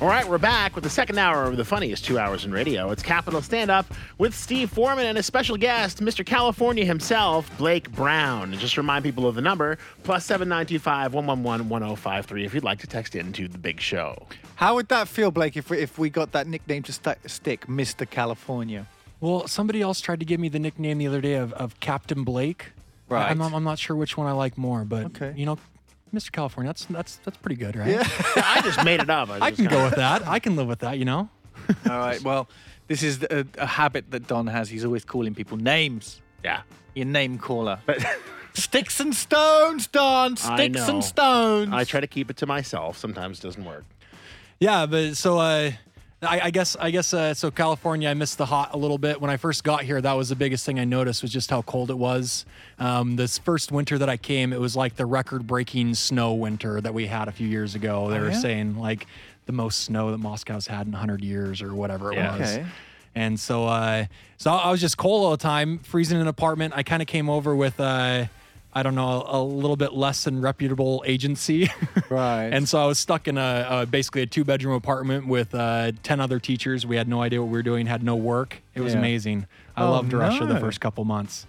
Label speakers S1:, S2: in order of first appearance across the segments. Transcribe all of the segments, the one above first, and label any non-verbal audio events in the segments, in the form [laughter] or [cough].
S1: All right, we're back with the second hour of the funniest two hours in radio. It's Capital Stand Up with Steve Foreman and a special guest, Mr. California himself, Blake Brown. And just remind people of the number, plus 7925 111 1053 if you'd like to text in to the big show.
S2: How would that feel, Blake, if we, if we got that nickname to st- stick, Mr. California?
S3: Well, somebody else tried to give me the nickname the other day of, of Captain Blake. I-
S2: Right.
S3: I'm, not- I'm not sure which one I like more, but
S2: Okay.
S3: you know, Mr. California, that's that's that's pretty good, right?
S1: I just made
S3: [laughs]
S1: it up.
S3: I
S1: just
S3: can
S1: kinda-
S3: go with that. I can live with that, you know?
S2: All right. Well, this is a, a habit that Don has. He's always calling people names.
S1: Yeah.
S2: Your name caller.
S1: But [laughs]
S2: Sticks and stones, Don. Sticks
S1: know.
S2: and stones.
S1: I try to keep it to myself. Sometimes it doesn't work.
S3: Yeah, but so uh, I, I guess I guess uh, so. California, I missed the hot a little bit when I first got here. That was the biggest thing I noticed was just how cold it was. Um, this first winter that I came, it was like the record-breaking snow winter that we had a few years ago. They were
S2: Oh, yeah?
S3: saying like the most snow that Moscow's had in 100 years or whatever it
S1: Yeah.
S3: was.
S2: Okay.
S3: And so, uh, so I was just cold all the time, freezing in an apartment. I kind of came over with, uh, I don't know, a little bit less than reputable agency. [laughs]
S2: Right.
S3: and so I was stuck in a, a basically a two bedroom apartment with uh, 10 other teachers. We had no idea what we were doing, had no work. It was
S2: Yeah.
S3: amazing. I
S2: Oh,
S3: loved Russia the
S2: no.
S3: first couple months.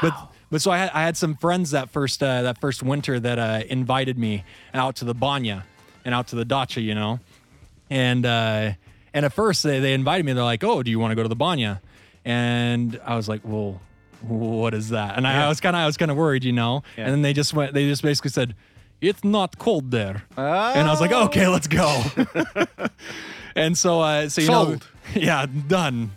S3: But but so I had, I had some friends that first uh, that first winter that uh, invited me out to the banya and out to the dacha, you know and uh, and at first they, they invited me. They're like, "Oh, do you want to go to the banya?" And I was like, "Well, what is that?" And I, I was kind of I was kind of worried, you know.
S2: Yeah.
S3: And then they just went. They just basically said, "It's not cold there." And I was like,
S2: Oh.
S3: "Okay, let's go."
S2: [laughs]
S3: and so uh, so you
S2: Sold.
S3: know, [laughs] yeah, done.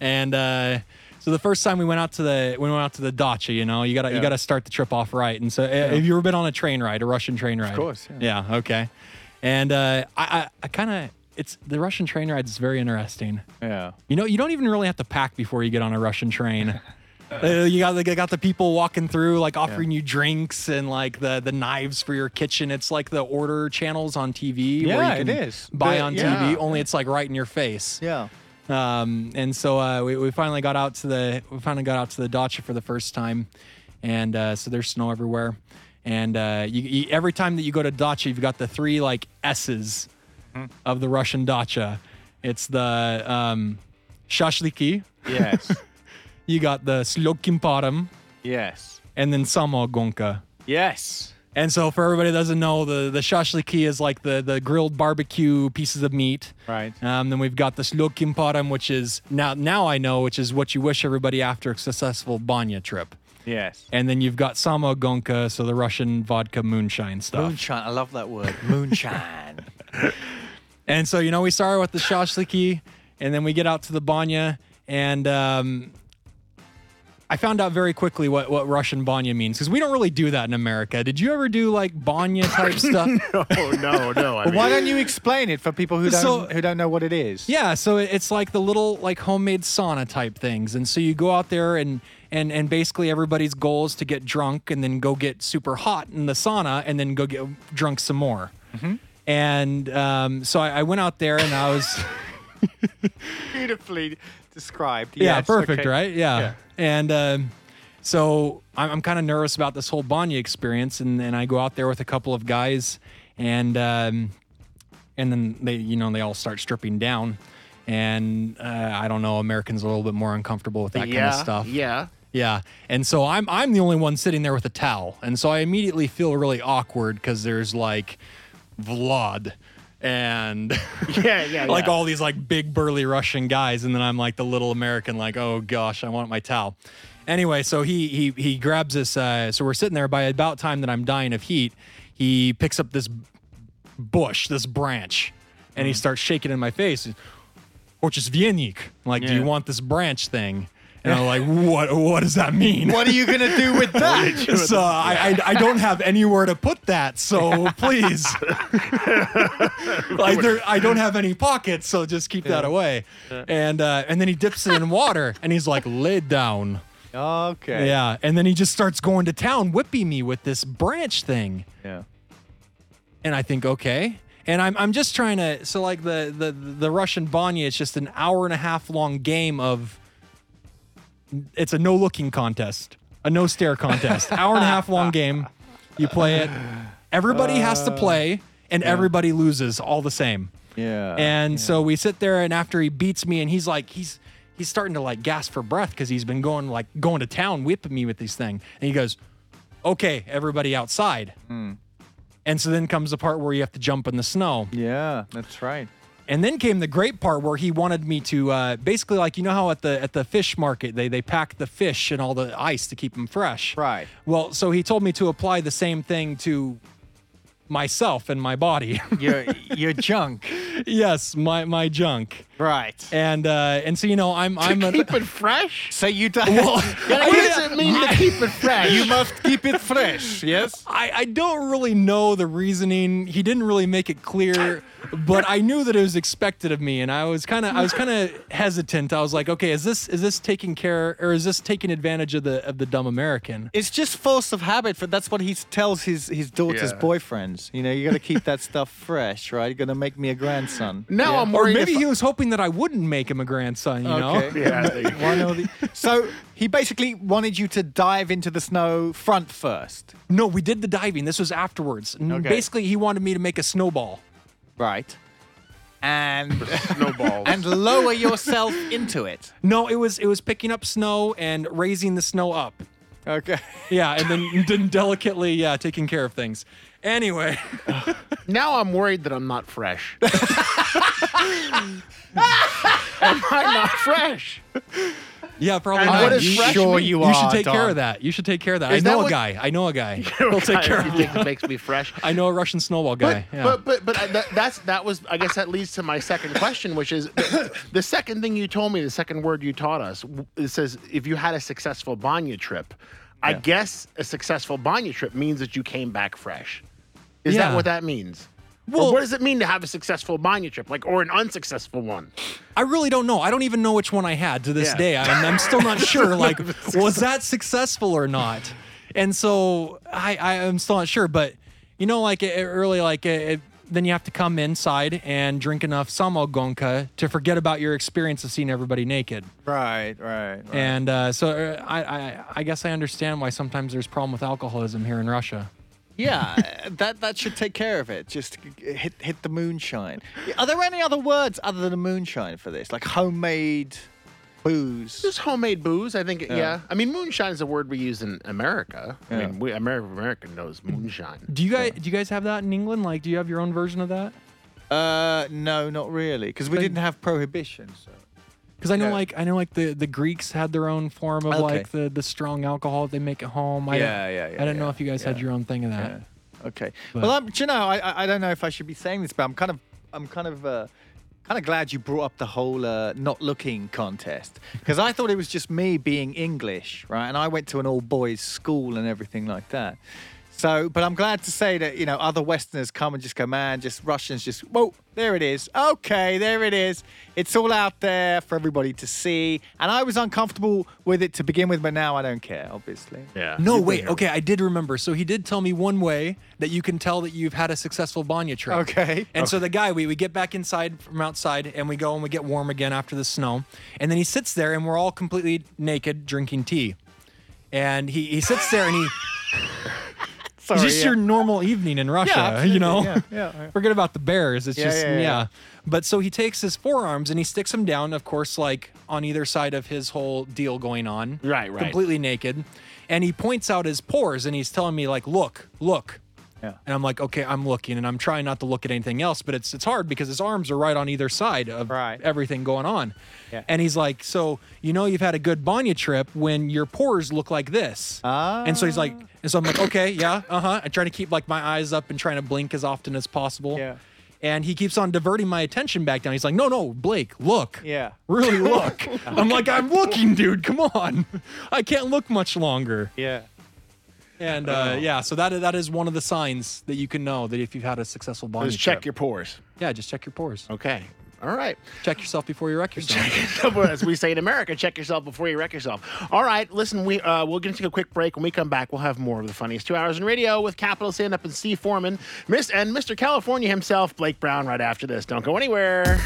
S3: And uh, so the first time we went out to the we went out to the dacha, you know, you gotta
S2: Yeah.
S3: you gotta start the trip off right. And so uh, have you ever been on a train ride, a Russian train ride?
S2: course, yeah.
S3: Yeah. okay. And uh, I, I, I kind of, it's the Russian train ride is very interesting.
S2: Yeah.
S3: You know, you don't even really have to pack before you get on a Russian train. [laughs] Uh, you got they got the people walking through, like offering you drinks and like the the knives for your kitchen. It's like the order channels on TV. where
S2: Yeah,
S3: you can
S2: it is.
S3: buy
S2: The-
S3: on
S1: yeah.
S3: TV. Only it's like right in your face.
S2: Yeah.
S3: Um, and so uh, we, we finally got out to the we finally got out to the dacha for the first time, and uh, so there's snow everywhere. And uh, you, you, every time that you go to dacha, you've got the three like S's of the Russian dacha. It's the um, shashliki,
S2: Yes.
S3: you got the slokim param,
S2: yes.
S3: and then samogonka.
S2: Yes.
S3: And so, for everybody that doesn't know, the, the shashliki is like the, the grilled barbecue pieces of meat.
S2: Right.
S3: Um, then we've got the slokim param, which is now now I know, which is what you wish everybody after a successful banya trip.
S2: Yes.
S3: And then you've got samogonka, so the Russian vodka moonshine stuff.
S2: Moonshine. I love that word. [laughs] Moonshine.
S3: And so, you know, we started with the shashliki, and then we get out to the banya, and um, I found out very quickly what, what Russian banya means because we don't really do that in America. Did you ever do like
S2: [laughs]
S3: banya type stuff?
S1: [laughs] Oh, no, no. I mean,
S2: Why don't you explain it for people who don't
S3: So-
S2: who don't know what it is?
S3: Yeah, so it- it's like the little like homemade sauna type things, and so you go out there and and and basically everybody's goal is to get drunk and then go get super hot in the sauna and then go get drunk some more. And um, so I, I went out there and I was.
S2: Beautifully described.
S3: Yeah,
S2: Yes,
S3: perfect,
S2: okay.
S3: right? Yeah.
S2: Yeah.
S3: And um, so I'm, I'm kind of nervous about this whole Banya experience, and, and I go out there with a couple of guys, and um, and then they, you know, they all start stripping down, and uh, I don't know, Americans are a little bit more uncomfortable with that
S1: yeah,
S3: kind of stuff.
S1: Yeah.
S3: Yeah. And so I'm I'm the only one sitting there with a towel. And so I immediately feel really awkward because there's like Vlad and [laughs]
S1: Yeah, yeah,
S3: like
S1: yeah.
S3: all these like big burly Russian guys. And then I'm like the little American, like, oh gosh, I want my towel. Anyway, so he he he grabs this uh so we're sitting there by about time that I'm dying of heat, he picks up this bush, this branch, and he starts shaking in my face. Orchis Viennik. Like, do
S2: Yeah.
S3: you want this branch thing? And I'm like, what what does that mean?
S2: What are you gonna do with
S3: [laughs]
S2: that?
S3: so uh, I, I I don't have anywhere to put that. So please, [laughs] like there, I don't have any pockets. So just keep that away. And uh, and then he dips it in water, and he's like, lay down.
S2: okay.
S3: Yeah. And then he just starts going to town, whipping me with this branch thing.
S2: Yeah.
S3: And I think, okay. And I'm, I'm just trying to so like the the the Russian Banya, it's just an hour and a half long game of it's a no looking contest, a no stare contest,
S2: [laughs]
S3: hour and a half long game.
S2: Uh,
S3: You play it. Everybody has to play, and everybody loses all the same.
S2: Yeah.
S3: And so we sit there, and after he beats me, and he's like, he's he's starting to like gasp for breath because he's been going like going to town whipping me with this thing, and he goes, "Okay, everybody outside." And so then comes the part where you have to jump in the snow.
S2: Yeah, that's right.
S3: And then came the great part where he wanted me to uh, basically like you know how at the at the fish market they they pack the fish and all the ice to keep them fresh.
S2: Right.
S3: Well, so he told me to apply the same thing to myself and my body. [laughs]
S2: Your your junk.
S3: yes, my my junk.
S2: [laughs] Right.
S3: And uh, and so you know I'm I'm a,
S1: keep it fresh.
S2: So you don't. [laughs]
S1: Yeah, what does it mean to keep it fresh?
S2: you must keep it fresh. Yes.
S3: I, I don't really know the reasoning. He didn't really make it clear, but I knew that it was expected of me, and I was kind of I was kind of hesitant. I was like, okay, is this is this taking care or is this taking advantage of the of the dumb American?
S2: It's just force of habit, but that's what he tells his his daughter's
S1: Yeah.
S2: boyfriends. You know, you got to keep that stuff fresh, right? You're gonna make me a grandson.
S1: now I'm
S3: Or
S1: worried.
S3: maybe
S1: if-
S3: he was hoping that I wouldn't make him a grandson. You know?
S2: Okay.
S1: Yeah, there you
S3: [laughs]
S1: go.
S2: One or the, so he basically wanted you to dive into the snow front first,
S3: No, we did the diving. This was afterwards. N-
S2: Okay.
S3: Basically, he wanted me to make a snowball.
S2: right? And
S1: snowballs.
S2: and lower yourself into it.
S3: No, it was it was picking up snow and raising the snow up.
S2: Okay. [laughs]
S3: Yeah, and then, [laughs] then delicately, yeah, taking care of things. Anyway.
S1: now I'm worried that I'm not fresh. Am I not fresh?
S3: Yeah, probably
S1: And
S3: not.
S1: what is
S3: you,
S1: fresh
S2: sure
S1: meat?
S2: you
S3: you
S2: are?
S3: should take care
S2: Don?
S3: of that. You should take care of that.
S1: Is
S3: I know
S1: that
S3: a
S1: what-
S3: guy. I know
S1: [laughs]
S3: a guy. He'll take care of
S1: you
S3: you.
S1: think it makes me fresh.
S3: I know a Russian snowball guy.
S1: But,
S3: yeah.
S1: but but but I- that, that's that was I guess that leads to my second question, which is the, the second thing you told me, the second word you taught us. w- It says if you had a successful Banya trip, I guess a successful Banya trip means that you came back fresh. Is that
S3: Yeah.
S1: what that means? Well,
S3: Well-
S1: what does it mean to have a successful Banya trip, like or an unsuccessful one?
S3: I really don't know. I don't even know which one I had to this
S1: Yeah.
S3: day. I'm, I'm still not
S1: [laughs]
S3: sure. Like, was that successful or not? And so I, I am still not sure. But you know, like it, it really, like it, it- then you have to come inside and drink enough samogonka to forget about your experience of seeing everybody naked.
S2: Right. Right. right.
S3: And uh, so uh, I, I, I guess I understand why sometimes there's problem with alcoholism here in Russia.
S2: Yeah, uh, that that should take care of it. Just hit hit the moonshine. Are there any other words other than moonshine for this? Like homemade booze.
S1: Just homemade booze, I think. Yeah.
S2: Yeah.
S1: I mean, moonshine is a word we use in America. I
S2: Yeah.
S1: mean, we, American American knows moonshine.
S3: Do you guys do you guys have that in England? Like, do you have your own version of that?
S2: Uh, no, not really, because we didn't have prohibition. So.
S3: Because I know,
S2: Yeah.
S3: like, I know, like the, the Greeks had their own form of
S2: Okay.
S3: like the, the strong alcohol they make at home. I don't-
S2: Yeah, yeah, yeah,
S3: I don't know
S2: yeah,
S3: if you guys had
S2: yeah,
S3: your own thing of that.
S2: Okay.
S3: But-
S2: well, I'm, do you know, I, I I don't know if I should be saying this, but I'm kind of I'm kind of uh, kind of glad you brought up the whole uh, not looking contest because I thought it was just me being English, right? And I went to an all boys school and everything like that. So, but I'm glad to say that you know other Westerners come and just go, man, just Russians, just whoa, there it is, okay, there it is, it's all out there for everybody to see. And I was uncomfortable with it to begin with, but now I don't care, obviously.
S1: Yeah.
S3: No, wait. Okay, I did remember. So he did tell me one way that you can tell that you've had a successful Banya trip.
S2: Okay.
S3: And so the guy, we, we get back inside from outside and we go and we get warm again after the snow. And then he sits there and we're all completely naked drinking tea. And he, he sits there and he.
S2: [laughs] Sorry,
S3: It's just
S2: yeah.
S3: your normal evening in Russia,
S2: absolutely,
S3: you know?
S2: yeah,
S3: [laughs]
S2: yeah, yeah.
S3: Forget about the bears. It's
S2: Yeah,
S3: just,
S2: yeah,
S3: yeah,
S2: yeah.
S3: But so he takes his forearms and he sticks them down, of course, like on either side of his whole deal going on.
S1: Right, right.
S3: Completely naked. And he points out his pores and he's telling me, like, look, look.
S2: Yeah.
S3: And I'm like, okay, I'm looking and I'm trying not to look at anything else, but it's it's hard because his arms are right on either side of
S2: Right.
S3: everything going on.
S2: Yeah.
S3: And he's like, so you know you've had a good Banya trip when your pores look like this. And so he's
S2: Ah.
S3: like, and so I'm like, okay, yeah, uh huh. I try to keep like my eyes up and trying to blink as often as possible.
S2: Yeah.
S3: And he keeps on diverting my attention back down. He's like, no, no, Blake, look.
S2: Yeah.
S3: Really
S2: [laughs]
S3: look. I'm like, I'm looking, dude. Come on. I can't look much longer.
S2: Yeah.
S3: And
S1: Oh.
S3: uh, yeah, so that that is one of the signs that you can know that if you've had a successful bonding
S1: Just check
S3: trip.
S1: your pores.
S3: yeah, just check your pores.
S1: Okay. All right. [laughs]
S3: Check yourself before you wreck yourself.
S1: Check yourself, or as we say in America, check yourself before you wreck yourself. All right, listen, we uh, we're going to take a quick break. When we come back, we'll have more of the funniest two hours in radio with Capital Stand Up and Steve Foreman, Miss and Mr. California himself, Blake Brown. Right after this, don't go anywhere.